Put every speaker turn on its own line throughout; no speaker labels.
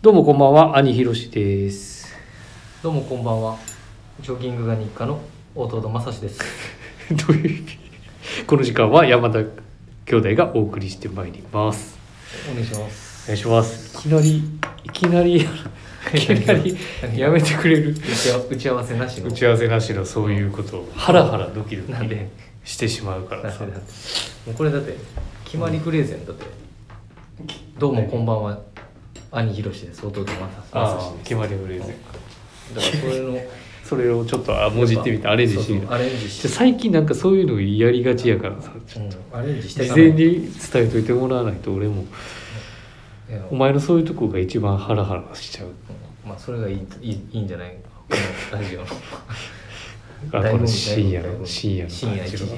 どうもこんばんは、兄ひろし です。
どうもこんばんは。ジョギングが日課の弟正志です。
というこの時間は山田兄弟がお送りしてまいります。
お願いします。
お願いします。いきなり、いきなり、 いきなりやめてくれる。
打ち合わ打ち合わせなしの。
打ち合わせなしのそういうことをハラハラドキドキ
なんで
してしまうからさ
なんでだってもうこれだって決まりくれーゼンだって。どうもこんばんは。兄ひろしです。弟正
ああ
正志
決
で
まりフレーズ
す。だからそれの
それをちょっとあもじってみてアレンジしてみ
そ
た
うそうアレンジ
じゃあ
し
最近なんかそういうのやりがちやからさち
て。
ょ
う
っ
んアレンジし
と
て
事
から
前に伝えといてもらわないと俺も
いや
お前のそういうとこが一番ハラハラしちゃう
まあそれがいいいいいいんじゃないこのラジオの
あ
醍醐
こ
味
の深夜
醍醐
の
味
深夜
深
の
夜
感
1
じ
時
が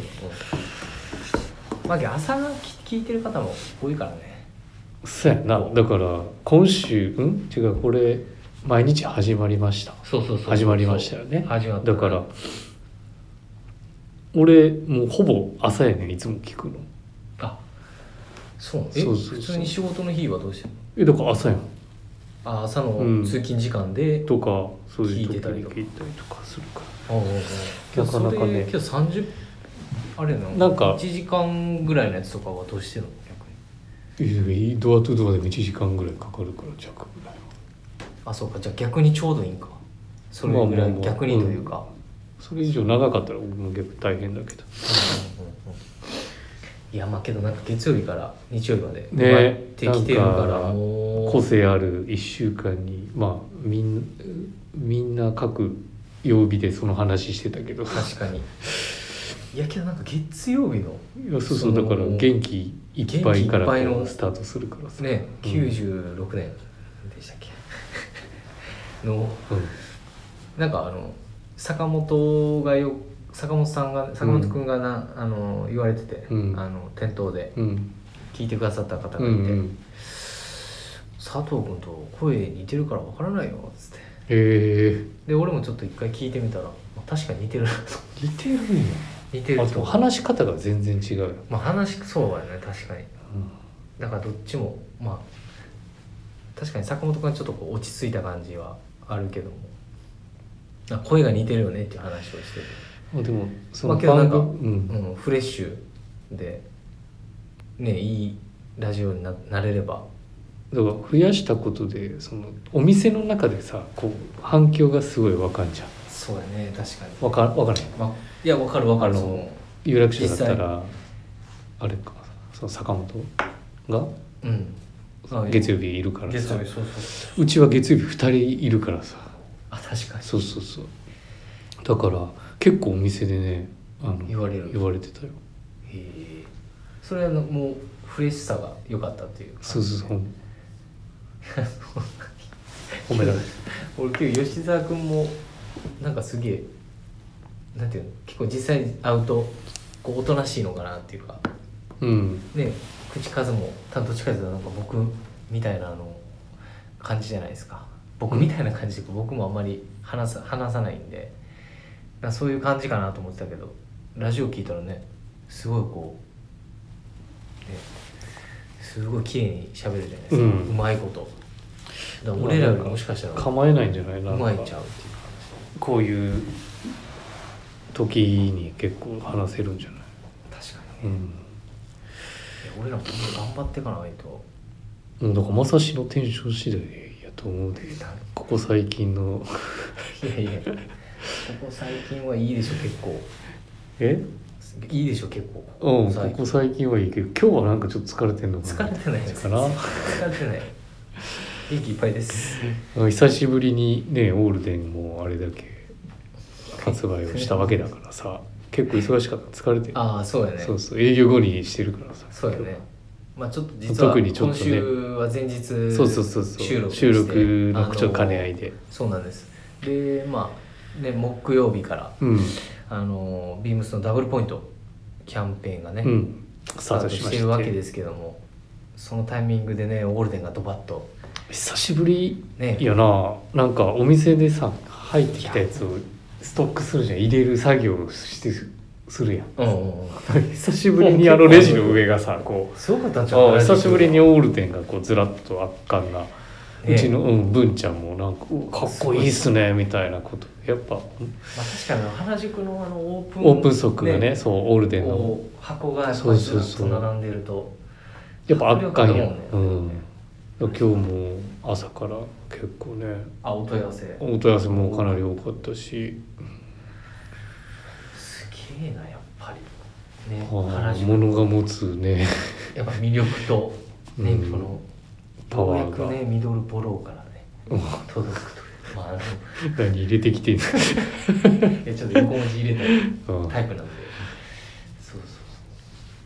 うんまあ朝き聞いてる方も多いからね
そうやなだから今週うん違うこれ毎日始まりました
そうそうそう
始まりましたよね
始まった
だから俺もうほぼ朝やねんいつも聞くの
あそうなんえ
そうそうそう
普通に仕事の日はどうしてるの
えだから朝やん
あ朝
うん
の通勤時間で、
とかそういう時
聞い
に
てたりとか
聞いたりとかするか
ああああ
なかなかね
今日30あれな
なんか
1時間ぐらいのやつとかはどうしてるの逆に
らえドアトゥドアでも1時間ぐらいかかるから弱ぐらいは
あそうかじゃあ逆にちょうどいいんかそれぐ
まあ
ら
まあ
い
まあ
逆にというか、
それ以上長かったら俺も逆に大変だけど
うんうんうんうんいやまあけどなんか月曜日から日曜日まで
ね
埋まってきてるか
なん
ら
か
もう
個性ある1週間にまあみんみんな各曜日でその話してたけど
確かにいやけどなんか月曜日の
いやそうそ
そう
だ
の
から元気いっぱいからこ
元気いっぱいの
うスタートするからさ
ね
うん
96年でしたっけ、 の
う
なんかあの坂本がよ坂本さんが坂本君がな、あの言われてて、
うん
あの店頭で
んうん
聞いてくださった方
う
が
ん
いて、
うん
佐藤君と声似てるからわからないよっつって
へえ
で俺もちょっと一回聞いてみたらまあ確かに似てるなと
似てるんや
似てる
あと
と
話し方が全然違うよ、
まあ話そうだね確かにだからどっちもまあ確かに坂本君はちょっとこう落ち着いた感じはあるけどもあ声が似てるよねっていう話をして
うん、でもそ
ま
の
あけどな
番
ん
組、
かて、うん、フレッシュでねいいラジオにななれれば
うん、だから増やしたことでそのお店の中でさこう反響がすごいわかんじゃん
そうだね確かに、
わかわかる
まあ、いやわかるわかる
あの
その
有楽町だったらあれかその坂本が
うんあ
月曜日いるから
月
さ
曜日そうそう
うちは月曜日2人いるからさ
あ確かに
そうそうそうだから結構お店でねあの
言われる
言われてたよ
へえそれはのもうフレッシュさが良かったっていう
そうそう そう
ご
褒め
めん
ら
な
れ
さい俺今日吉沢君もなんかすげえなんていうの結構実際に会うとこうおとなしいのかなっていうか
うん
ね口数もたどっちかというとなんか僕みたいなあの感じじゃないですか僕みたいな感じで僕もあんまり話さ話さないんでなんかそういう感じかなと思ってたけどラジオ聞いたらねすごいこう、ね、すごい綺麗に喋るじゃないですか、
う
うんまいことだから俺らよりもしかしたら
構えないんじゃないな
うまいんちゃ
ん
うっ
か
ていう
こういう時に結構話せるんじゃない、
確か
う
にね、
ん
いや俺らも頑張っていかないと
うん、だからまさしのテンション次第やと思うでここ最近の
いやいやここ最近はいいでしょ結構
え
いいでしょ結
う
構
ん、こ
最近
こ最近はいいけど今日はなんかちょっと疲れてんのかな
疲れてないです
かな
疲れてない元気いっぱいです
うん久しぶりにねオールデンもあれだけ発売をしたわけだからさ結構忙しかった疲れてる
ああそうやね
そうそう営業後にしてるからさ
そうやねまあちょっと実は
特にちょっと
今
ね
週は前
今
日収
日
録
そうそうそうそう収録のちょっと兼ね合い
で
で、
そうなんですでまあね木曜日から
うん、
あのビームスのダブルポイントキャンペーンがね、
うん、スタートしま
て
し
るわけ
て
ですけどもそのタイミングでねオールデンがドバッと
久しぶり
ね
やななんかお店でさ入ってきたやつをストックするじゃん入れる作業をしてするやん
うんうんうん
久しぶりにあのレジの上がさこう
すごかったんちゃう
ああ久しぶりにオールデンがこうずらっと圧巻なうちの、うん、文ちゃんもなんかうかっこいいっすねみたいなことやっぱ
まあ、確かに原宿のあのオープン
オープンソックがねそうオールデンの
こう箱がやっぱず
そうそう
っ
そ
と
う
並んでると
やっぱ圧巻や、
迫力あ
う
るもん
ん
ね、
今日も朝から結構ね
あお問い合わせ
お問い合わせもかなり多かったし、
すげえなやっぱりね
は
原
い、
宿
物が持つね
やっぱ魅力とね、
うん
この
パワー
よ
が
うやくねミドルボローからね
うん
届くというまああの
何入れてきてんの、
いやちょっと横文字入れ た
うん
タイプなんでそうそ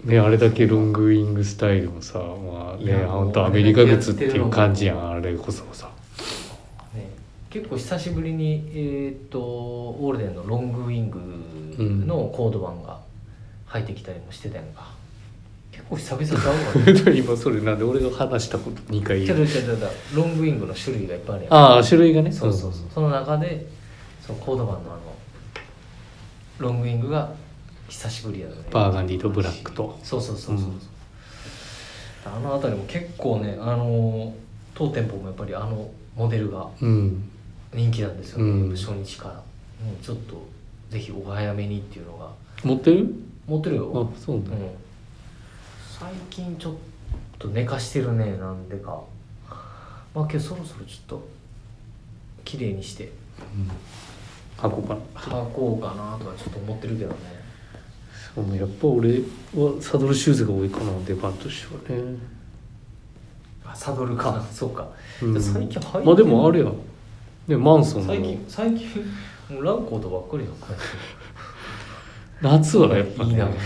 う
ね、あれだけロングウイングスタイルもさ、まあ
い
ね、
や
本
も
当
う
アメリカ靴っていう感じやんあれこそさ
そうね結構久しぶりにえーっとオールデンのロングウィングのコード版が入ってきたりもしてたやんか、結構久々ちゃうわ ね
今それなんで俺が話したこと2回
ちょっ
言
と
う
ちょっとちょっとロングウィングの種類がいっぱいあるやん
ああ種類がね
そうそうそうその中でそのコード版のあのロングウィングが久しぶりやね
バーガンディとブラックと
そうそうそうそうそう
うん
あの辺りも結構ねあの当店舗もやっぱりあのモデルが
うん
人気なんですよね、
うん
初日からもうちょっとぜひお早めにっていうのが
持ってる
持ってるよ、
あそう
うん
だ、
最近ちょっと寝かしてるねなんでかまあけどそろそろちょっと綺麗にして
うん、箱かな
履こうかなとはちょっと思ってるけどね
そうやっぱ俺はサドルシューズが多いかな出番としてはね、
あサドルかな そうか
うん、
最近履いてる
まあでもあれやんねマンソン
最
の
近最近もうランコートばっかりだから
夏は やっぱ
いい
ね
なみたい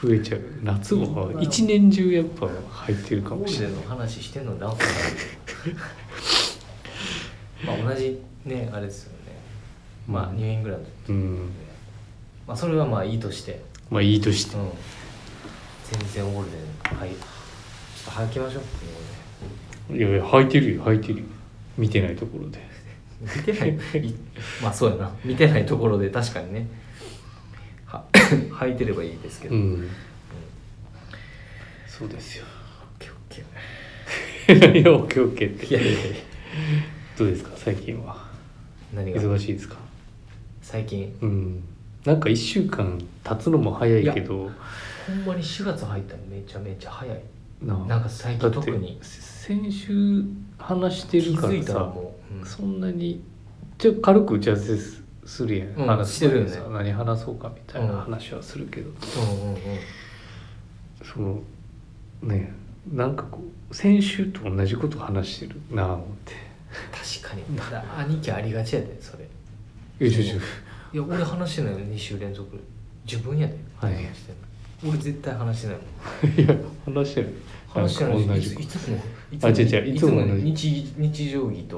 増えちゃう夏は一年中やっぱ入ってる
な
か
ゴ
も
ー
し
ル
れ
デ
な
ン
い
の話してんのにランコートまあ同じねあれですよねまあニューイングランドって
う
こ
ん
とでまあそれはまあいいとして
まあいいとして
うん全然オールデンはいちょっと履きましょうっていうことで
いやいや履いてるよ履いてるよ見てないところで
見てない いまあそうやな見てないところで確かにねは履いてればいいですけど、
う
うん、
んそうですよ
オッケーオッ ケ
いや OKOK って
ーいやいやいや
どうですか最近は
何が
忙しいですか
最近
うんなんか1週間経つのも早いけど
ほんまに4月入ったのめちゃめちゃ早い
な
なんか最
だ
近
って
特に
先週話して
気
るから
づいたら
さ
もう、うん
そんなにちょっと軽く打ち合わせすするやん、
うん
話す前にさ
してるよ
何話そうかみたいな
うん
話はするけど、
うんうんうん
そのねなんかこう先週と同じこと話してるなあ思って
確かにただ兄貴ありがちやでそれ
よしよしよし
いや俺話してないの2週連続自分やで
はい
話してんの俺絶対話してないもん
いや話してない
話してない
んか同
し
じ
いつい
こ
つもい
あ違う違ういつも
い
同じ
日日常着と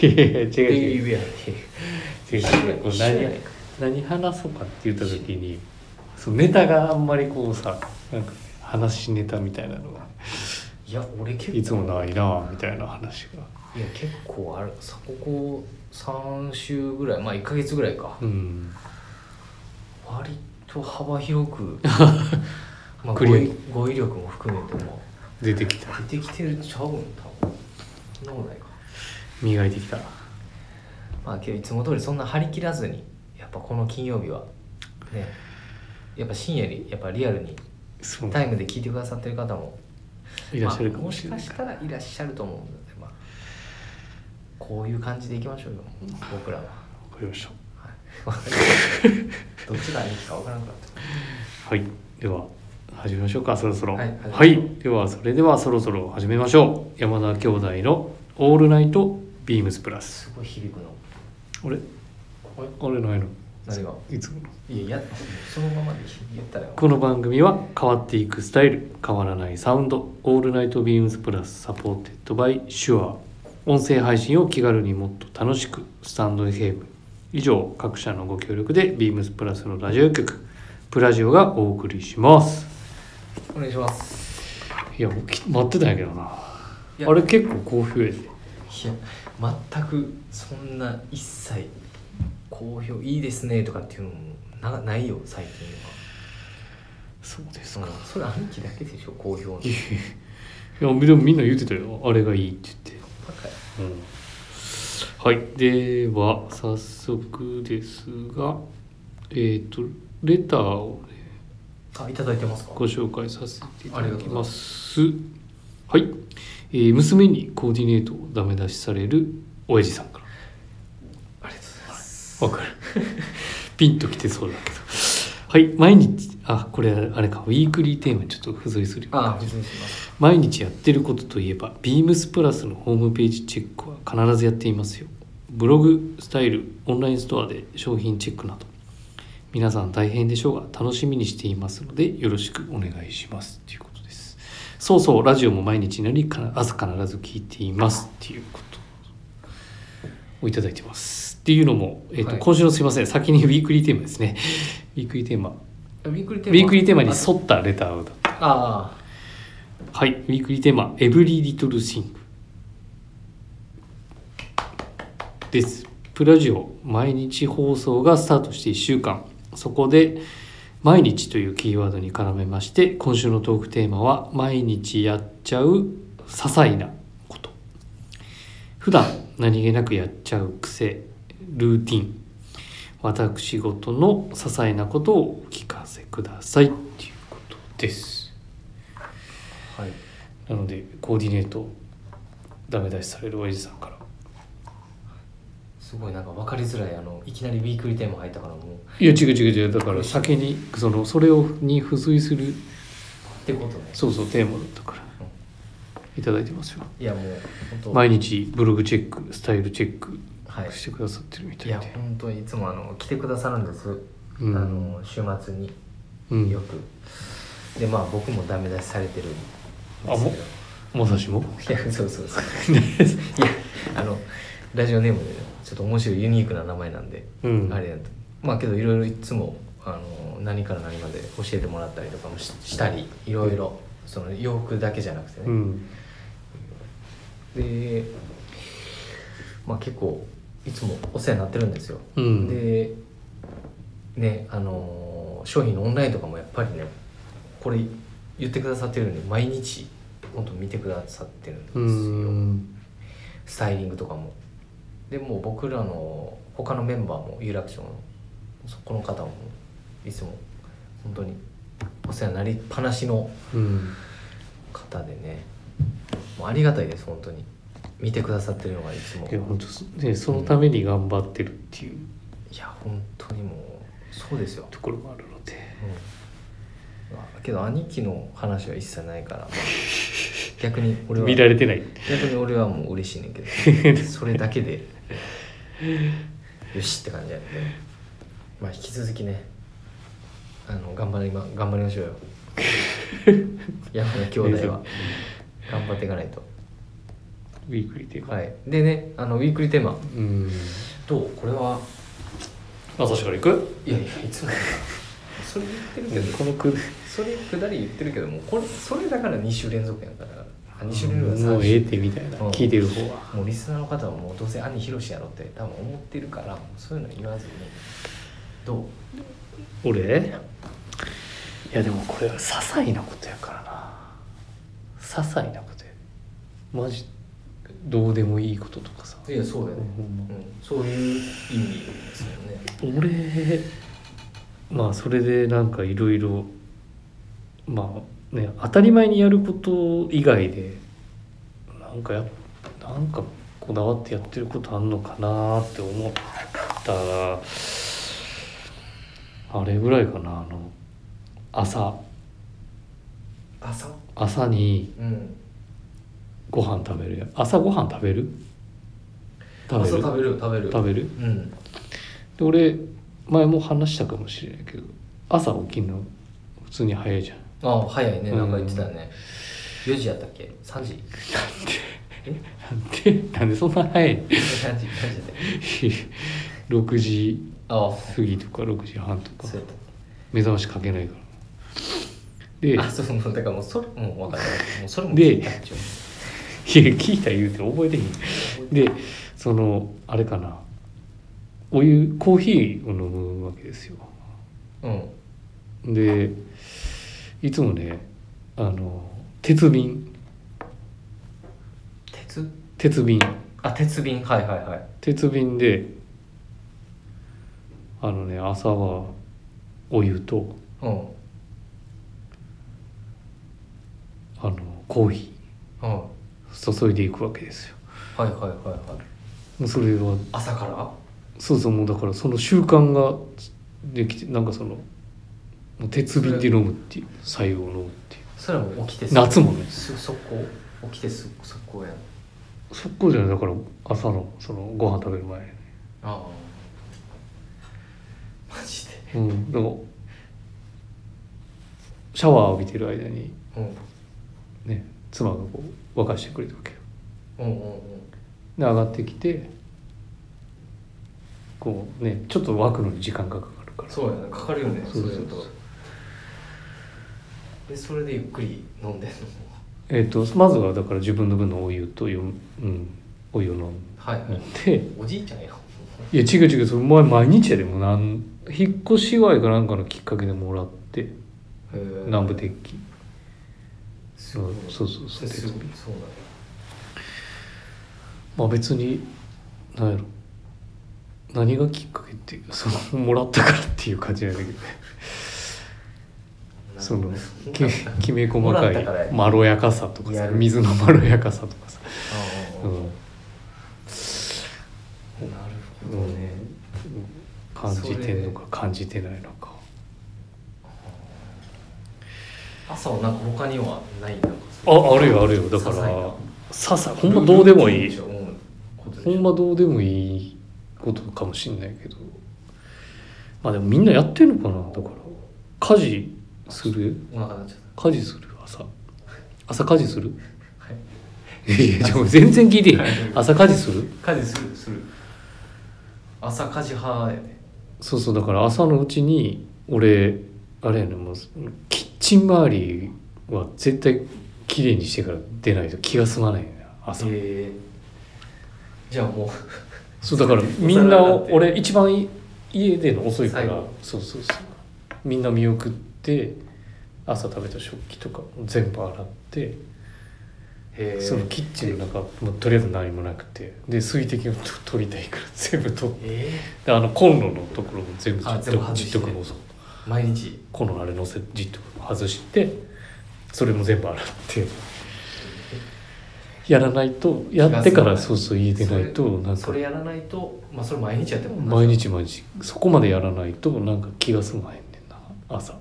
といやいや違う
デイ
違
リ
う
ーウェア
違う違うこう
一緒や
何
一緒やねん
何話そうかって言った時にそうネタがあんまりこうさなんか話しネタみたいなのが
いや俺結構
いつもないなあみたいな話が
いや結構あるさここ3週ぐらいまあ1か月ぐらいか、
うん
割と幅 広くまあ
ク
語
リア
彙語彙力も含めても
出てきた
出てきてるちゃうん多分そんなことないか
磨いてきた
まあけどいつも通りそんな張り切らずにやっぱこの金曜日はねやっぱ深夜にやっぱリアルに
そう
タイムで聞いてくださってる方も
いらっしゃるかもしれない
まあ、もしかしたらいらっしゃると思うので、まあ、こういう感じでいきましょうよ僕らは、
わかりました
はい、どっちがいいか分からなくなって
はい、では始めましょうかそろそろ
はい
はいではそれではそろそろ始めましょう山田兄弟の「オールナイトビームスプラス
すごい響くの」
あれあれないの
何が
いつもの
いやいやそのままで言ったらよ
この番組は変わっていくスタイル変わらないサウンド「オールナイトビームスプラス」サポーテッドバイシュア音声配信を気軽にもっと楽しくスタンド FM 以上各社のご協力でビームスプラスのラジオ局プラジオがお送りします
お願いします
いやもうき待ってたんやけどない
や
あれ結構好評やで
いや全くそんな一切好評いいですねとかっていうのもなないよ最近は
そうで
そのそれ兄貴だけでしょ好評の
いやでもみんな言ってたよあれがいいって言って
バカや
うんはい、では早速ですが、えっとレターをね、
あいただいてますか
ご紹介させていた
あり
だ
がと
き
うござい
ま。
ます
はい、えー娘にコーディネートをダメ出しされる親父さんから。
ありがとうございます
わかる。ピンときてそうだけど。はい、毎日、あ、これあれか、ウィークリーテーマにちょっと付随するような
あ
感じ
別にします
毎日やってることといえば、ビームスプラスのホームページチェックは必ずやっていますよ。ブログ、スタイル、オンラインストアで商品チェックなど。皆さん大変でしょうが、楽しみにしていますので、よろしくお願いします。ということです。そうそう、ラジオも毎日なり、かな朝必ず聞いています。っていうことをいただいてます。っていうのも、えっ、と、
はい
今週のすいません、先にウィークリーテーマですね。ウィークリーテーマ。
ウィークリー
ウ
テーマ
ィークリーテーマに沿ったレターをだ
ああ
はい、ウィークリーテーマ「エブリリトルシング」です。プラジオ毎日放送がスタートして1週間そこで「毎日」というキーワードに絡めまして今週のトークテーマは「毎日やっちゃう些細なこと」普段何気なくやっちゃう癖ルーティン私事の些細なことをお聞かせくださいっていうことです。
はい
なのでコーディネートダメ出しされる親父さんから
すごいなんか分かりづらいあのいきなりウィークリーテーマ入ったからもう
いや違う違う違うだから先にそのそれをに付随する
ってことね
そうそうテーマだったからいただいてますよ
いやもう本当
毎日ブログチェックスタイルチェック
はい
してくださってるみたい
い
で、
や本当にいつもあの来てくださるんです、
うん
あの週末に
うん
よく、でまあ僕もダメ出しされてるん
あもまさしも
けどいやそうそうそういやあのラジオネームでねちょっと面白いユニークな名前なんで、
うん
あれやとまあけどいろいろいつもあの何から何まで教えてもらったりとかもししたりいろいろその洋服だけじゃなくてね、
うん
でまあ結構いつもお世話になってるんですよ、
うん
でねあのー商品のオンラインとかもやっぱりねこれ言ってくださってるように毎日本当見てくださってるんです
う
よ、
ん
スタイリングとかもでもう僕らの他のメンバーも有楽町のそこの方もいつも本当にお世話になりっぱなしの
うん
方でねもうありがたいです本当に見てくださってるのがいつも
いや本当そねそのために頑張ってるっていう
いや本当にもうそうですよ、
ところもあるので
うんまあ、けど兄貴の話は一切な いから、まあ逆に俺は
見られてない
逆に俺はもう嬉しいねんけ どそれだけでよしって感じやねんけどまあ引き続きねあの頑張りま頑張り ましょうよ山田兄弟は頑張っていかないと
ウィークリーテーマ、
はいでねあのウィークリーテーマ
うん
どうこれは
まさしから行く
いやいやい つもそれ言ってるけど
このく
それくだり言ってるけどもうこれそれだから2週連続やんからあ2週連続
も
3
うええ
週
ってみたいな
うん
聞いてる方は
もうリスナーの方はもうどうせ兄ひろしやろって多分思ってるからそういうの言わずにどう
俺いやでもこれは些細なことやからな些細なことやマジどうでもいいこととかさ
いやそうだよね、
ほんま
うん、そういう意味ですよね
俺まあそれでなんかいろいろまあね当たり前にやること以外でなんかやなんかこだわってやってることあんのかなって思ったらあれぐらいかなあの朝
朝
朝に
うん
ご飯食べるや朝ご飯食べる食べ
朝
る
食べる食べる
食べる
うん
で俺前も話したかもしれないけど朝起きるの普通に早いじゃん
ああ早いね
うん
なんか言ってたよね、4時やったっけ3時
なんでなんでそんな早 い
3時3時だね
6時
ああ
過ぎとか6時半とか
そうやったっ
目覚ましかけないからでい
け
や
あそうそうだからもうそれもう分かったもうそれも
で
聞いたんちゃう
聞いた言うて覚えてへんでそのあれかなお湯コーヒーを飲むわけですよ
うん
でいつもねあの鉄瓶
鉄
鉄瓶
あ鉄瓶はいはいはい
鉄瓶であのね朝はお湯と
うん
あのコーヒ
うんは
ー注いでいくわけですよ
いはいはいはい
もうそれは
朝から
そうそうもうだからその習慣ができてなんかそのもう鉄瓶で飲むっていう白湯を飲むってい
それはもう起きて
う夏もね
す速攻起きてす速攻やん
そこじゃないだから朝のそのご飯食べる前
ああマジで
うんでもシャワー浴びてる間に
うん
ね妻がこう沸かしてくれたわけよ
うんうん
で上がってきてこうねちょっと沸くのに時間がかかるか
うん
ら
そうやなかかるよね
そうそうそう
れだとでそれでゆっくり飲んでんの
えっ、とまずはだから自分の分のお湯とよ、うん、お湯を飲ん
はいはい
で
おじいちゃんや
いや違う違うそれ前毎日やでもうなん引っ越し祝いかなんかのきっかけでもらって南部鉄器
すごい
そうそうそう
すごいそう
まあ別に何やろ何がきっかけってそのもらったからっていう感じなんだけどね
だ
その
な
き
るほどね
きめ細
も
から
ったから
い
や
まろやかさとか
や
さ
る
水のまろやかさとかさ、
ああ
う
あ
んう
あ
ん
なるほどね、
感じてんのか感じてないのか
朝はなんか他にはないなんか
ああるよあるよだから
些細な
ささほんまどうでもいい
ルーティンでしょうんことでし
ほ
ょ
んまどうでもいいことかもしんないけどまあでもみんなやってるのかなだから家事する
お腹なっちゃっ
家事する朝朝家事する
たはい
いやでも全然聞いていい
はい
朝家事する
家事するする朝家事派やね
そうそうだから朝のうちに俺あれやねもうキッチン周りは絶対綺麗にしてから出ないと気が済まないんだよ朝、
えー、じゃあもう
そうだからみんなを俺一番い家での遅いから
最後
そうそうそうみんな見送って朝食べた食器とか全部洗って、
えー、
そのキッチンの中もうとりあえず何もなくてで水滴をと取りたいから 全部取って
え
であのコンロのところも全部じ
あ
っと
全部外
じ
して
っとくのそう
ー、毎日
コンロのあれのせじっと外してそれも全部洗ってやらないとやってか
気
ら
が済まない
そうそう家出ないとなん
そ
か
れやらないとまあそれ毎日やっても同じ
毎日毎日そこまでやらないとなんか気が済まへんねんな朝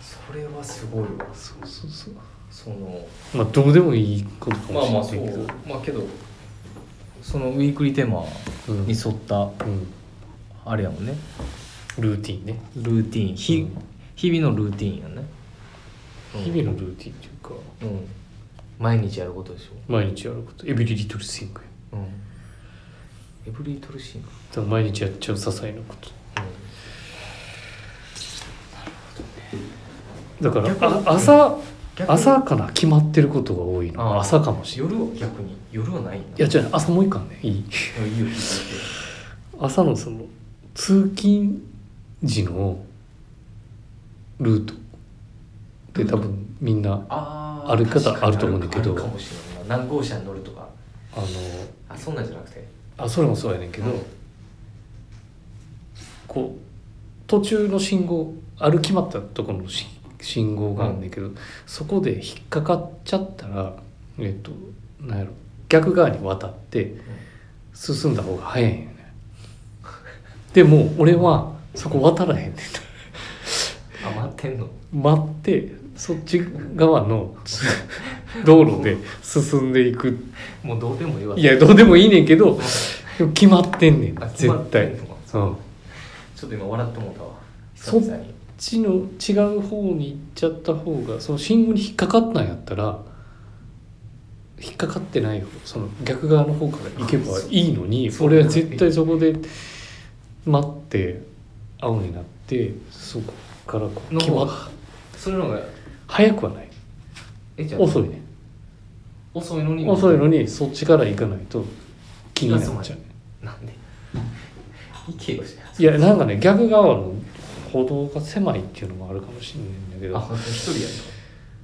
それはすごいわ
そうそうそう
その
まあどうでもいいことか
まあま
も
あ
し
そ
れ
う
ないけど、
まあけどそのウィークリーテーマ
うん
に沿った
うん
あれやもんね
ルーティンね、
ルーティーンひ、
うん
日々のルーティーンやね
日々のルーティンっていうか
々うん毎日やることでし
毎日やることエビリリトルシング
ょうんエブリートルシーン
毎日やっちゃう些細なことだから
逆
あ
に
朝
逆に
朝から決まってることが多い
あ
の
あ
朝かもしれない
夜は逆に夜はないんだ
いやじゃあ朝もう一回ねいい
いやいいよ聞い
朝のその通勤時のルートで多分みんな
あ
歩き
る
方あると思うんだけど
あるかもしれんない何号車に乗るとか
あの
あそんなんじゃなくて
あそれもそうやねんけど、
うん
こう途中の信号歩きまったところのし信号があるんだけど、そこで引っかかっちゃったらえっとなんやろ逆側に渡って進んだ方が早いん よねでも俺はそこ渡らへんねん
あ待ってんの
待ってそっち側 のつ道路で進んでいく
もうどうでもいいわ
いやどうでもいいねんけどでも決まってんねん
あ決まっ
絶
てん
対
の
うん
ちょっと今笑ってもうたわ
そ
久々に
こっちの違う方に行っちゃった方がその信号に引っかかったんやったら引っかかってない方その逆側の方から行けばいいのに
そう
俺は絶対そこで待って青になってそこからこう
の
決
方
ま
が
っ
それの方が
早くはない
えじゃあ
遅いね
遅いのに
遅いのにそっちから行かないと気になっ
気が
ち
済
ゃ
ま
うね
ななんで行けよじゃ
いやなんかね逆側の歩道が狭いっていうのもあるかもしれないんだけ
ああ
ど
一人やんの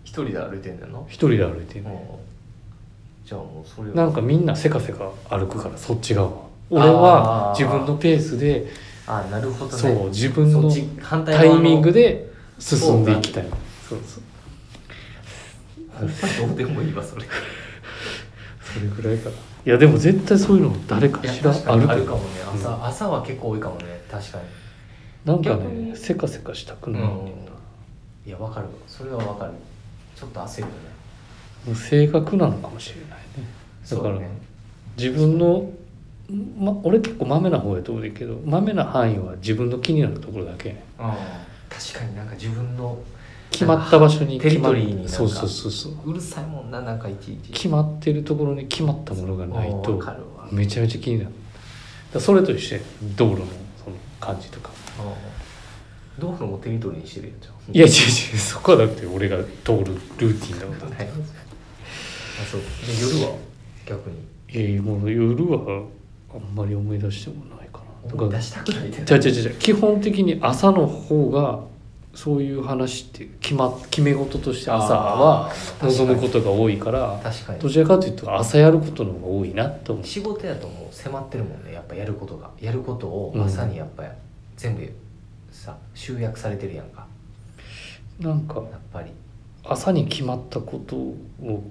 一人で歩いてんだよな
一人で歩いてる
うんじゃあもうそれ
なんかみんなせかせか歩くからそっち側は俺は
あー
自分のペースで
あなるほどね
そう自分
そ
の
っち反対
タイ
側の
ミングで進んでいきたいそうそう
ほんまどうでもいい わそれ
それぐらいかないやでも絶対そういうの誰かしら
確か
あ
に
る
あ
と
る
思
か
う
もね朝,、朝は結構多いかもね確かに
なんか
逆に
ねせかせかしたく
う
ないねんな、
いやわかるそれはわかるちょっと焦るよね
もう性格なのかもしれないねだから
そうね
自分の、ま、俺結構まめな方やと思うねんだけどまめな範囲は自分の気になるところだけやねん
確かになんか自分の
決まった場所に
テ
決
リ
ま
ト
っ
リーになんか
そうそうそうそう
うるさいもんななんかいちいち
決まってるところに決まったものがない
わ
と
かるわ
めちゃめちゃ気になるだからそれと一緒や道路のその感じとか
うん道路もテリトリーにしてるやんじゃん
いや違う違うそこはだって俺が通るルーティンだもんだっ
は
て
いあそうで夜は逆に
いやもう夜はあんまり思い出してもないかなだ
思い
から
出したくないで
じゃじゃじゃ基本的に朝の方がそういう話って決,、ま、決め事として朝は望むことが多いから
確かに
どちらかというと朝やることの方が多いなって思う
仕事やともう迫ってるもんねやっぱやることがやることを朝にやっぱり全部さ集約されてるやんか
なんか
やっぱり
朝に決まったことを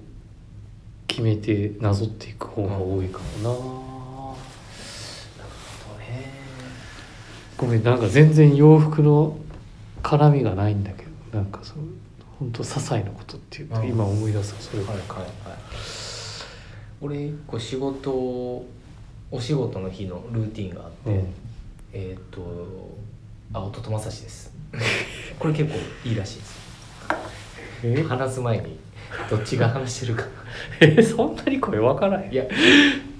決めてなぞっていく方が多いかもな、
そうね
ごめんなんか全然洋服の絡みがないんだけどなんかそう本当些細なことっていうと、
うん
今思い出すわそれが、
はいはいはい俺一個仕事をお仕事の日のルーティンがあって、
うん
えーっとあ弟正志です これ結構いいらしいです
え
話す前にどっちが話してるか
えそんなに声分からへん
いや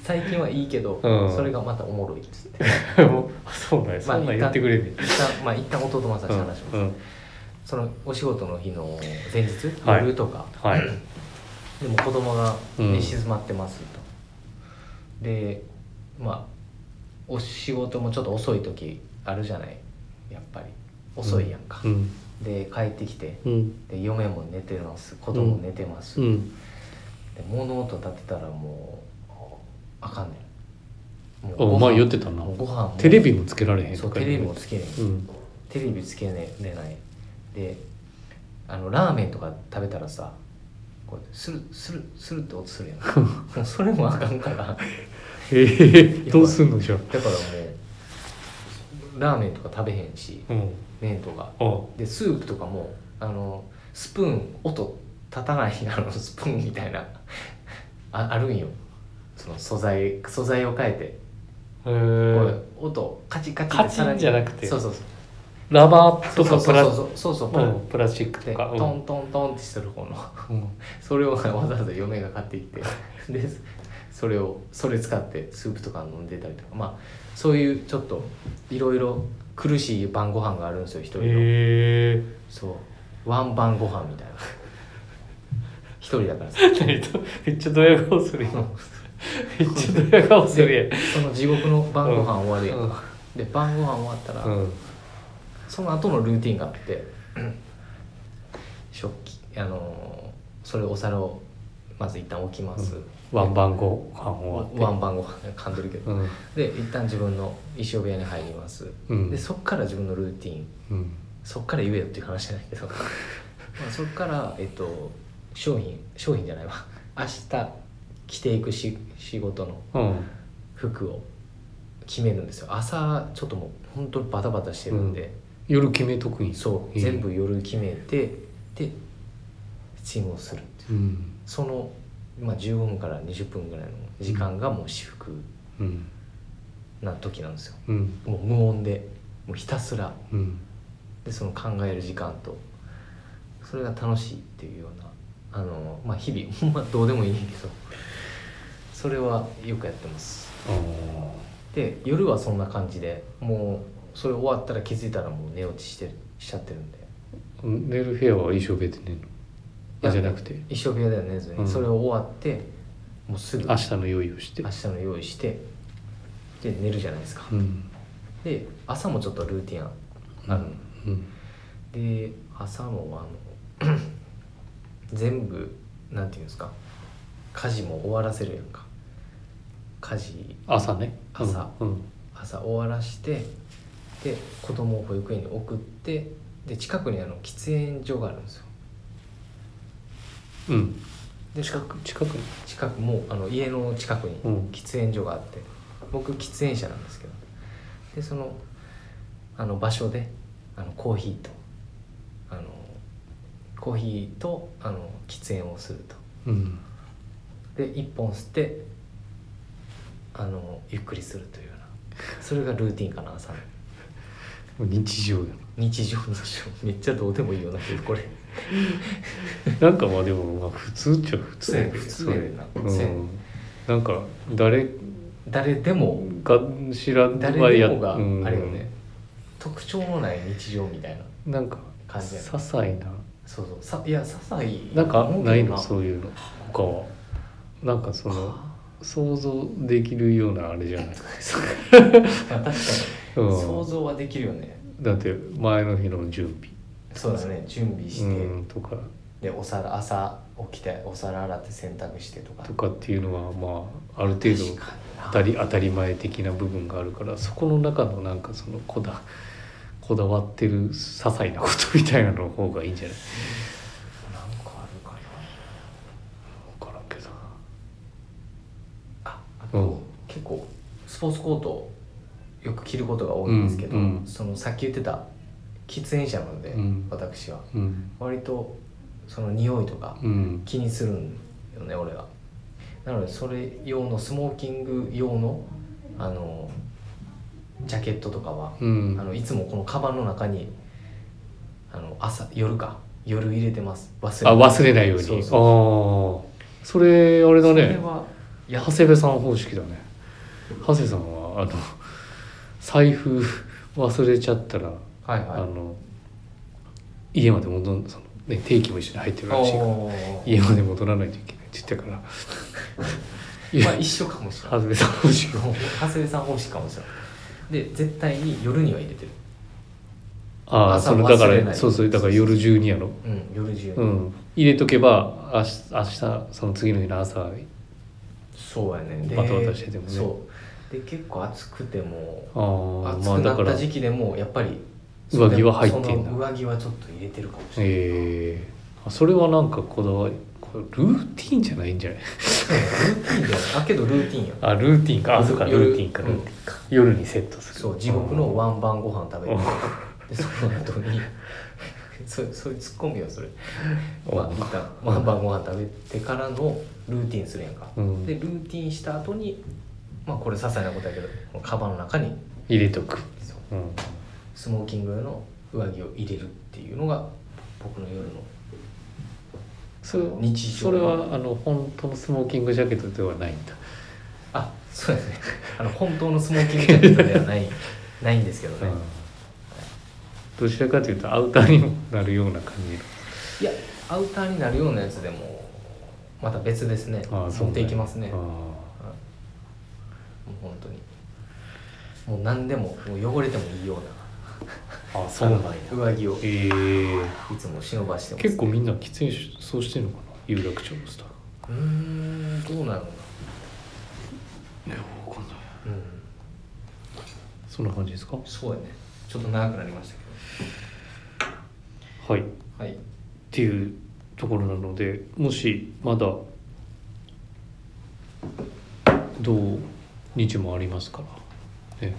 最近はいいけど、
うん
それがまたおもろいっつって
もうあそうなんや そんなん言ってくれんねん、
一旦まあ一旦弟正志の話を、
うんうん
そのお仕事の日の前日
はい
夜とか、
はい
でも子供が
うん
寝静まってますと、でまあお仕事もちょっと遅い時あるじゃないやっぱり遅いやんか、
うん
で帰ってきて
うん
で嫁も寝てます子供寝てます、
うん
で物音立てたらもうあかんねん
あお前言ってたな
もうご飯も
テレビもつけられへん
そう
とか
テ
言
レ
う
ビもつけねん
うん
テレビつけねれないであのラーメンとか食べたらさこうするするするって音するやんも うそれもあかんからだか
えー、どうすんのじゃあ
らもうラーメンとか食べへんし
うん
麺とか
あ
でスープとかもあのスプーン音立たない あのスプーンみたいなああるんよその素材素材を変えて、
へえ
こう音カチカチ
カチンじゃなくて
そうそうそう
ラバー
そ
とか
うそう
プ
そう
ラ
そうそうそうプラ
うんプラスチックと
で
かうん
トントントンってする方の それをわざわざ嫁が買ってきてでそれをそれ使ってスープとか飲んでたりとかまあそういうちょっといろいろ苦しい晩ご飯があるんですよ一人の、
へえ
そうワン晩ご飯みたいな一人だからさ
めっちゃドヤ顔するやんめっちゃドヤ 顔する
でその地獄の晩ご飯終わるやん、
うん
で晩ご飯終わったら、
やんうん
その後のルーティンがあって食器あのーそれお皿をまず一旦置きます、
ワンバン後半終わ
ワ
っ
ン晩ご飯噛んでるけ
て
ど、
うん
で一旦自分の衣装部屋に入ります、
うん
でそっから自分のルーティン
うん
そっから言えよっていう話じゃないけどまあそっからえっと商品商品じゃないわ明日着ていくし仕事の
うん
服を決めるんですよ朝ちょっともう本当にバタバタしてるんで、
夜決めとくんや
そう
いい
全部夜決めてでチームをするっていう
うん
その、まあ、15分から20分ぐらいの時間がもう私服
うん
な時なんですよ
うん
もう無音でもうひたすら
うん
でその考える時間とそれが楽しいっていうようなあの、まあ、日々 ほんまどうでもいいけどそれはよくやってます
あー
で夜はそんな感じでもうそれ終わったら気づいたらもう寝落ちしてるしちゃってるんで
寝る部屋は衣装部屋で寝る
い
の
や
あじゃなくて
一生部屋では寝ずに、
うん
それを終わってもうすぐ
明日の用意をして
明日の用意してで寝るじゃないですか、
うん
で朝もちょっとルーティンあるの、
うん
で 朝もあの全部なんていうんですか家事も終わらせるやんか家事
朝ねうん
朝
うん
朝終わらしてで子供を保育園に送ってで近くにあの喫煙所があるんですよ
うん
で
近く近くに
近くもうあの家の近くに
うん
喫煙所があって、僕喫煙者なんですけどでそのあの場所であのコーヒーとあのコーヒーとあの喫煙をすると
うん
で1本吸ってあのゆっくりするというようなそれがルーティンかな朝の
日常や
日常の日常めっちゃどうでもいいようなけどこれ
ななんかまあでもまあ普通っちゃ普通やけど
普通やな
それ
普通や
うんなんか誰
誰でも
か知らん
誰
は
で
や
もがあ
うん
れよね、特徴のない日常みたいな
なんか
感じや
些
ね
細な
そうそうさいや些細
なんか
思うけど
ないのそういうの他はなんかその
か
想像できるようなあれじゃ ない、
確かに想
う
像はできるよね
ん、だって前の日の準
そうだね準備して、
備うんとか
でお皿朝起きてお皿洗って洗濯してとか
とかっていうのはまあある程度
確かにな
当たり当たり前的な部分があるからそこの中のなんかそのこだこだわってる些細なことみたいなの方がいいんじゃない
なんかあるかな
分からんけど
ああと、
うん
結構スポーツコートをよく着ることが多いんですけど、
うんうん
そのさっき言ってた喫煙者なので、
うん
私は
うん
割とその匂いとか
うん
気にするんよね俺はなのでそれ用のスモーキング用のあのジャケットとかは、
うん
あのいつもこのカバンの中にあの朝夜か夜入れてます忘れ
あ忘れないように
そう
あ
そう
あそれあれだ
それ
ね
はや
長谷部さん方式だね長谷さんはあの財布忘れちゃったら、
はいはい
あの家まで戻んその、ね、定期も一緒に入ってるらしいから
おー
家まで戻らないといけないって言ったからいや
まあ一緒かもしれな
長
い
谷部さん方式
もう長谷部さん方式かもしれないで絶対に夜には入れてる
ああ
朝
そのだか
忘れな
ら
い
そうそうだから夜中にやろ
うん夜中に、
うん入れとけば明日明日その次の日の朝
そうやねで
バタバタしててもね
そうで結構暑くても
ああ
暑
まあ
く
だ
な
か
った
ら
時期でもやっぱり
上着は入ってんだ
その上着はちょっと入れてるかもしれない、
ええそれはなんかこだわりこれルーティーンじゃないんじゃない
ルーティンだよあけどルーティンや
あルーティンかあそうか
夜
ルーティンか
うん
ルーティンか、夜にセットする
そう地獄のワンバンご飯食べる
うん
でその後に そそういうツッコミよそれ、
うん
まあ、一旦ワンバンご飯食べてからのルーティンするやんか、
うん
でルーティンした後にまあこれ些細なことやけどこのカバンの中に
入れとく、
そう
うん、
スモーキング用の上着を入れるっていうのが僕の夜の
それ
日常
それはあの本当のスモーキングジャケットではないんだ
あそうですね あの本当のスモーキングジャケットではない ないんですけどね、
うんどちらかというとアウターにもなるような感じの
いやアウターになるようなやつでもまた別ですね
ああそう
持っていきますね
あ
はいもう本当にもう何でももう汚れてもいいような
ああそうなんや
上着をい
ええ
つも忍ばしてます、ね、
結構みんな喫煙者そうしてるのかな有楽町のスタッフ
うーんどうなるのか
いやわかんない
なうん
そんな感じですか
そうやねちょっと長くなりましたけ
はい
どはい
っていうところなのでもしまだ同日もありますから、ね、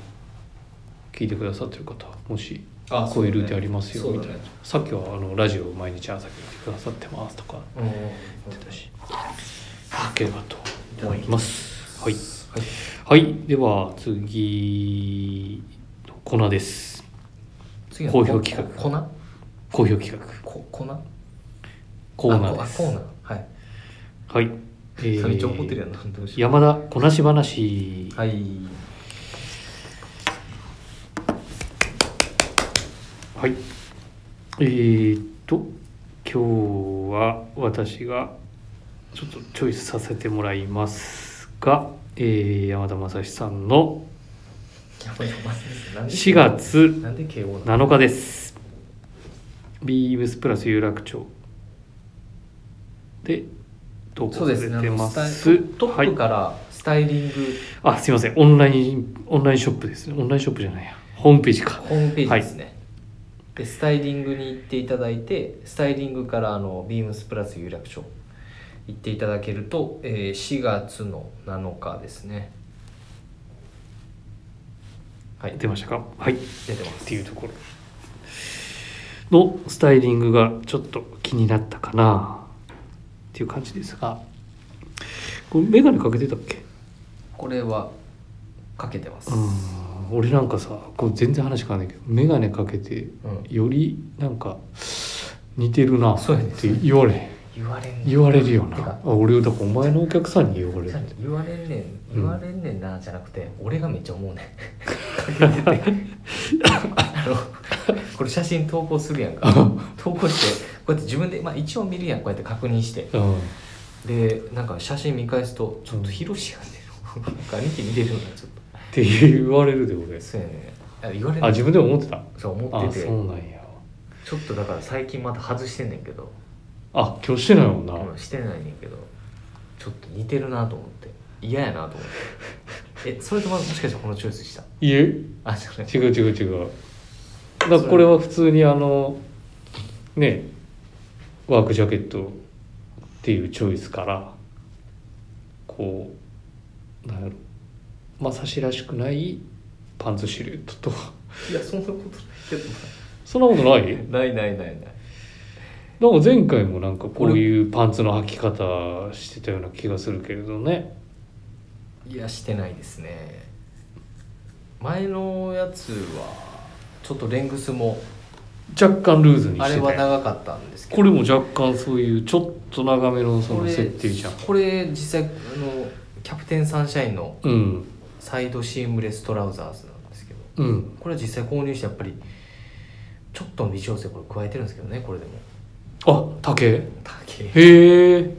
聞いてくださってる方もし
あ
こういうルーティンありますよ
そう
み
だ
た
ね
いな、さっきはあのラジオ毎日朝聞いてくださってますとか
うんうんうん
言ってたしよければと思いますはい、
はい
はい、では次粉です
次の
好評企画
こ粉
好評企画
こ粉
コーナー
あ
で
こ
す
あコーナーはい
はい、えー
それ一応怒ってるやんなどうしよ
山田こなし話
う、はい
はい、えー、っと今日は私がちょっとチョイスさせてもらいますが、えー山田雅史さんの
やばいやばいなんで
4月
なんで慶応なの
7日ですビームスプラス有楽町で投稿
そ
さ
うで
れ
すねあ
て
の
ま
スタイ
す。
ト
は
ップ
い。
からスタイリング、
あ、すいません。オンラインオンラインショップですね。オンラインショップじゃないや。ホームページか。
ホームページですね、でスタイリングに行っていただいてスタイリングからあのビームスプラス有楽町行っていただけると、えー4月の7日ですねはい
出ましたか。はい。っ
出てます
ていうところのスタイリングがちょっと気になったかなっていう感じですが、これメガネかけてたっけ？
これはかけてます、
うん。俺なんかさ、こう全然話変わんないけど、メガネかけて
うん
よりなんか似てるなっ
そうです
て
ね
言われへん。
言われんねん
言われるよな
てか
あ俺だからお前のお客さんに言われる
言われんねん
うん
言われんねんなじゃなくて、俺がめっちゃ思うねんかけててあの これ写真投稿するやんか投稿してこうやって自分で、まあ、一応見るやんこうやって確認して
うん
でなんか写真見返すとちょっと広しやねん なんか兄貴似てるよなちょっ
って言われるで俺
とそうやねあ言われん
あ
ねん
自分でも思ってた
そう思
あ
ってて
そうなんや
ちょっとだから最近また外してんねんけど
あ今日してないもんな、
うんしてないねんけどちょっと似てるなと思って嫌やなと思 ってえそれとももしかしてこのチョイスした
いえ違
あじゃないう
違う違うだからこれは普通にあのねワークジャケットっていうチョイスからこうなんやろまさしらしくないパンツシルエットと
いやそんなことないけど
そんなことない
ないないないない
なんか前回もなんかこういうパンツの履き方してたような気がするけれどね
いやしてないですね前のやつはちょっとレングスも
若干ルーズに
あ
し
れ
てた
は
よ
長かったんですけ
こ
ど
れも若干そういうちょっと長めのそ
こ
の
れ
設定じゃん
これ実際あのキャプテンサンシャインの
うん
サイドシームレストラウザーズなんですけど
うん
これは実際購入してやっぱりちょっとの微調整これ加えてるんですけどねこれでも
あ竹
竹
へえ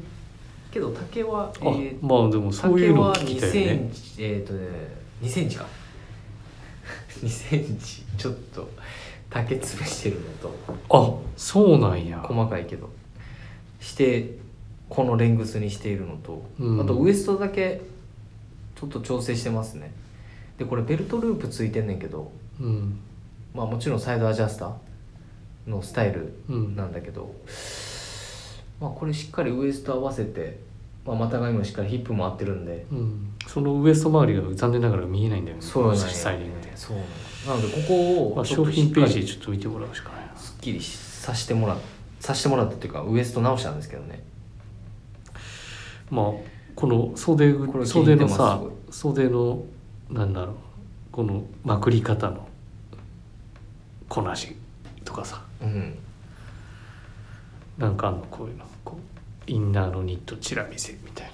けど竹は、え
あ
ー
まあでもそういうの聞きたいよね
竹は2センチえっ、とね2センチか2センチちょっと竹潰してるのと
あそうなんや
細かいけどしてこのレングスにしているのと、
うん
あとウエストだけちょっと調整してますねでこれベルトループついてんねんけど
うん
まあもちろんサイドアジャスターのスタイル
うん
なんだけど、まあこれしっかりウエスト合わせて、まあ、股上もしっかりヒップも合ってるんで
うんそのウエスト周りが残念ながら見えないんだよね
そうなんや
スタイリングで、
そうなんやなのでここを、
まあ、商品ページちょっと見てもらうしかないな
すっきりさせてもらさせてもらったっていうかウエスト直したんですけどね
まあこの袖ぐ
これ気に
袖
入って
の
ます
さ
すごい
袖のなんだろうこのまくり方のこなしとかさ
うん
なんかあんのこういうのこうインナーのニットチラ見せみたいな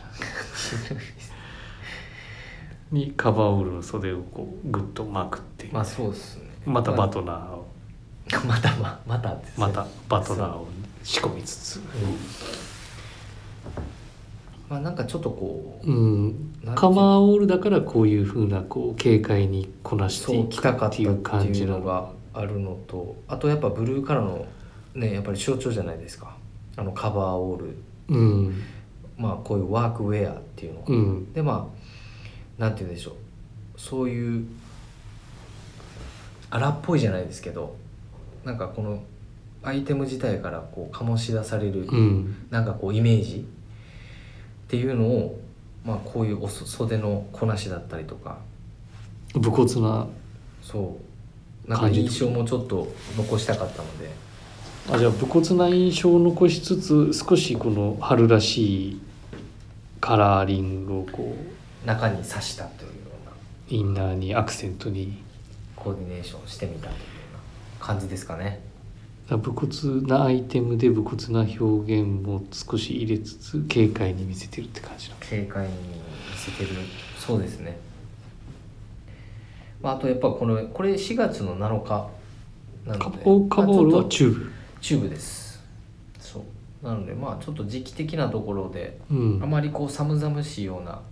にカバーオールの袖をこうグッとまくって、
まあ
ま
そうですね
たバトナーを
またままたですね
またバトナーを仕込みつつ
まあなんかちょっとこう
うん
なんて
カバーオールだからこういうふうなこう軽快にこなして
そ
いうく
来たかった
っ
ってて
い
いうう
感じな
の
のが
があるのとあとやっぱブルーからのねやっぱり象徴じゃないですかあのカバーオール
うん
まあこういうワークウェアっていうのが、
うん
でまあなんて言うんでしょうそういう荒っぽいじゃないですけどなんかこのアイテム自体からこう醸し出される、
うん
なんかこうイメージっていうのを、まあ、こういうおそ袖のこなしだったりとか
武骨な
そうなんか印象もちょっと残したかったので
あじゃあ武骨な印象を残しつつ少しこの春らしいカラーリングをこう
中に刺したというような
インナーにアクセントに
コーディネーションしてみたというような感じですかね
あ武骨なアイテムで武骨な表現も少し入れつつ軽快に見せてるって感じなの
軽快に見せてるそうですね、まあ、あとやっぱこれこれ4月の7日な
カバ
ので
ーカバーオール
ま
は
あちょっと
チュー
チューブですそうなのでまあちょっと時期的なところで
ブ、うん、
あまりこう寒々しいような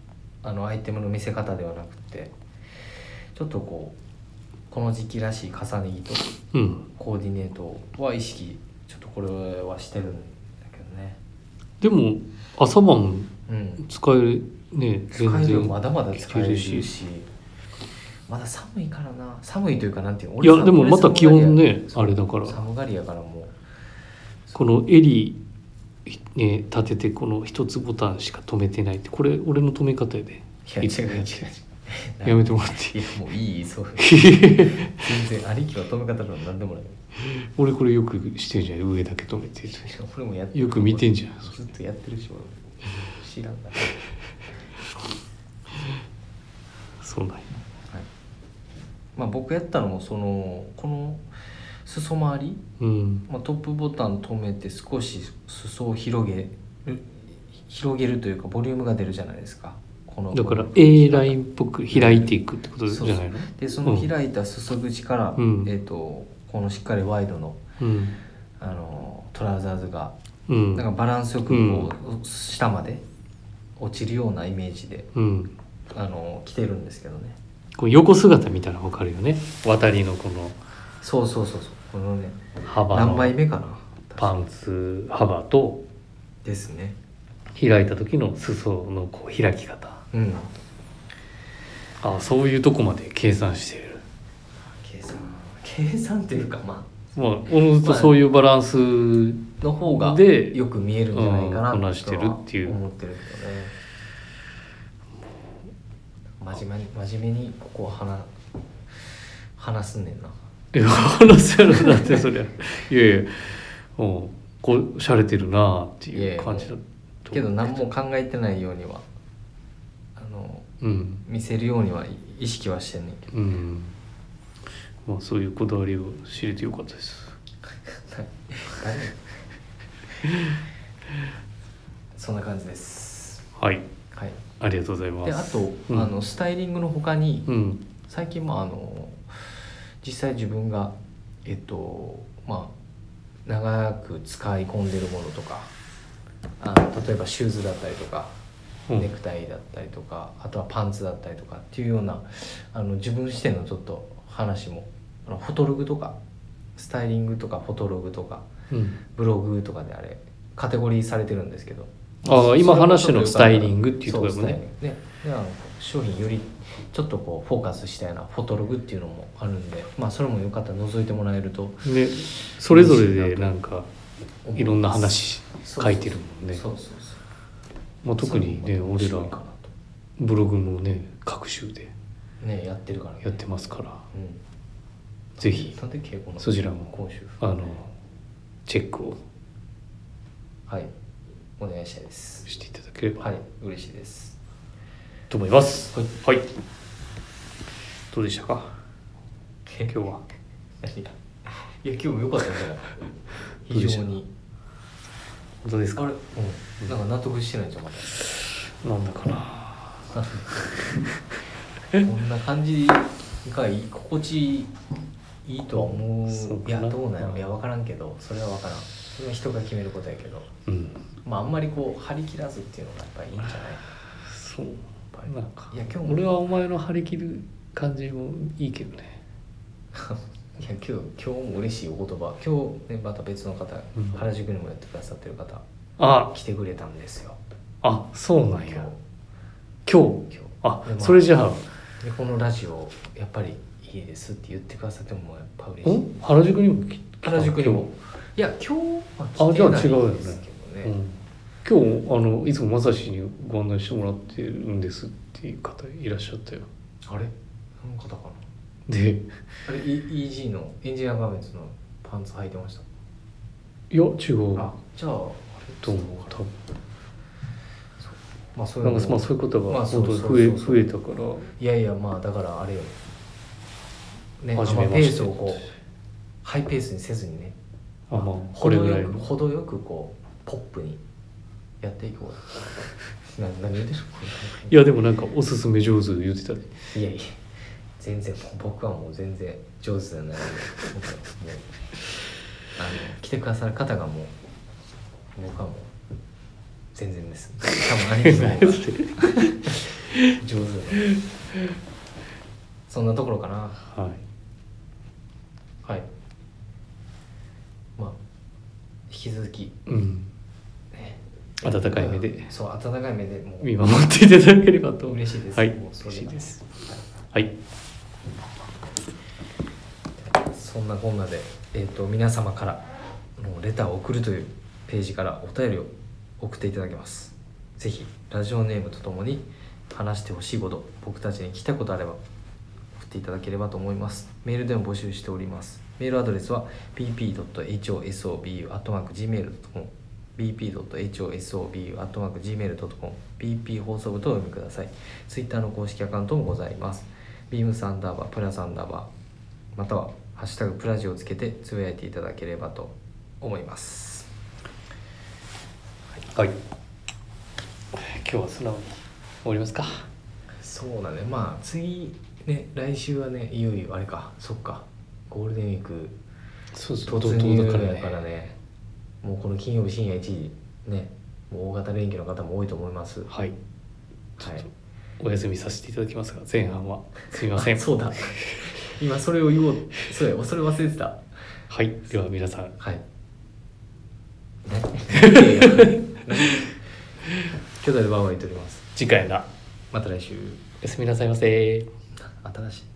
あのアイテムの見せ方ではなくてちょっとこうこの時期らしい重ね着と
うん
コーディネートは意識ちょっとこれはしてるんだけどね
でも朝晩
うん、
使えるね
使え
全
るよ
然
まだまだ使える
いける
しまだ寒いからな寒いというかなんていうの
い
俺
や
さ
でも
俺
また気温ね
そう
あれだから
寒がりやからも
この襟ひね立ててこの一つボタンしか止めてないってこれ俺の止め方やで
ういや
い
違
つ
う違う違うな
やめてもらって
いやもういい そう全然兄貴は止め方なんか何でもない
俺これよくしてんじゃん上だけ止めて
俺もやって
よく見てんじゃん
ずっとやってるし俺知らんから
そうなんや
はいまあ、僕やったのもそのこの裾回り、
うん
まあ、トップボタン止めて少し裾を広げる広げるというかボリュームが出るじゃないですかこの
だから A ラインっぽく開いていくってことじゃないの
でその
うん
開いた裾口から、
うん
えー、とこのしっかりワイドの
うん
あのトラウザーズが
うん
なんかバランスよくこう下まで落ちるようなイメージで
うん
あの着てるんですけどね
こう横姿見たらわかるよね渡りのこの
そうそうそうそうこのね
幅
何枚
の
目かな
パンツ幅と
ですね
開いた時の裾のこう開き方
うん
あそういうとこまで計算してる
計算計算っていうかま
まあおのずとそういうバランス
あの方が
で
よく見えるんじゃないか
うん
なと
こ
は
なしてるっていう
思ってるけどね真面目に真面目にここを話話すんねんな
え話せるなってそりゃいやいやうんこうしゃれてるなっていう感じだと
けど何も考えてないようにはあの
うん
見せるようには意識はしてんねんけど
うんまあそういうこだわりを知れてよかったです
そんな感じです
はい
はい
ありがとうございま
ですあと、
うん
あのスタイリングの他に、
うん
最近まああの実際自分がえっとまあ長く使い込んでるものとかあの例えばシューズだったりとか
うん
ネクタイだったりとかあとはパンツだったりとかっていうようなあの自分視点のちょっと話もあのフォトログとかスタイリングとかフォトログとか
うん
ブログとかであれカテゴリーされてるんですけど
ああ今話してるの
それもち
ス
ょっ
タイリングっていうところもね
そうスタイリングねであの商品よりちょっとこうフォーカスしたようなフォトログっていうのもあるんでまあそれもよかったら覗いてもらえると
でそれぞれでなんか
思
いろんな話
そう
書いてるもんね
そうそうそう
まあ、特にね
そう面
俺ら
白いかなと
ブログもね各種で
ねやってるからね
やってますから
うん
ぜひ
なんで敬語なの
そちらも
今週
あのチェックを
はいお願いしたいです
していただければ
はい嬉しいです
と思いますはい、どうでしたか
今
今日は
何がいや今日も良かったんじゃな
ど
い
う
非
でした
常に
本当です
あ
か
れうんなんか納得してないじゃんまだ
なんだかな
こんな感じがいい心地いいとは思う
そう
い
か
や
な
どうなんやろいや分からんけどそれは分からんそれは人が決めることやけど
うん
まああんまりこう張り切らずっていうのがやっぱりいいんじゃないや
そう
っぱり
なんか
いや今日も
俺はお前の張り切る感じもいいけどね
いや今日今日も嬉しいお言葉今日ねまた別の方、
うん
原宿にもやってくださってる方
あ
来てくれたんですよ
あそうなん
今
や今日
日今日
あ
でまあ
それじゃあ
でこのラジオやっぱりいいですって言ってくださってもやっぱ嬉しい
ん原宿にも来来た
原宿にもいや今日は来てないですけど
今
ね
日,、うん、今日あのいつもまさしにご案内してもらってるんですっていう方いらっしゃったよ
あれあの方かな
で
あれ E- EG のエンジニアガーメンツのパンツ履いてました
いや違う
あじゃああれ
と思う多分
まあそうい
な
うん
かまあそういうこと
ま
が
あそう
本当に
そう
増え
そうそう
増えたから
いやいやまあだからあれよねあん
始
ま
め
ペ
ま
ー
し
ス
て
をこうハイペースにせずにね
あまあこれ
程
ぐら
よ
い
く
の
程よくこうポップにやっていこうな何言うでしょ
いやでもなんかおすすめ上手言 ってたね
いやいや全然もう僕はもう全然上手じゃないんで僕はもうあの来てくださる方がもう僕はもう全然です多分兄貴の方が上手だなそんなところかな
はい
はいまあ引き続き
うん温かい目で
そう温かい目でもう
見守っていただければと
嬉しいです
はい
もうそれ
嬉
が
しいですはい
そんなこんなで、えー、と皆様からのレターを送るというページからお便りを送っていただけますぜひラジオネームとともに話してほしいこと僕たちに聞きたいことあれば送っていただければと思いますメールでも募集しておりますメールアドレスは bp.hosobu.gmail.com bp.hosobu.gmail.com bp 放送部とお読みください Twitter の公式アカウントもございますビームサンダーバープラサンダーバーまたは「ハッシュタグプラジ」をつけてつぶやいていただければと思います
はい今日は素直に終わりますか
そうだねまあ次ね来週はねいよいよあれかそっかゴールデンウィーク
そうそう
突入
だ
だ
か
からら
ね
ねもうこの金曜日深夜1時ねもう大型連休の方も多いと思いますは
はい
い
お休みさせていただきますが前半はすみません
あ そうだ今それを言おうそうやそれ忘れてた
はいでは皆さん
はい。 ね、兄弟でワンワン言っております。
次回な
また来週。
おやすみなさいませ
新しい。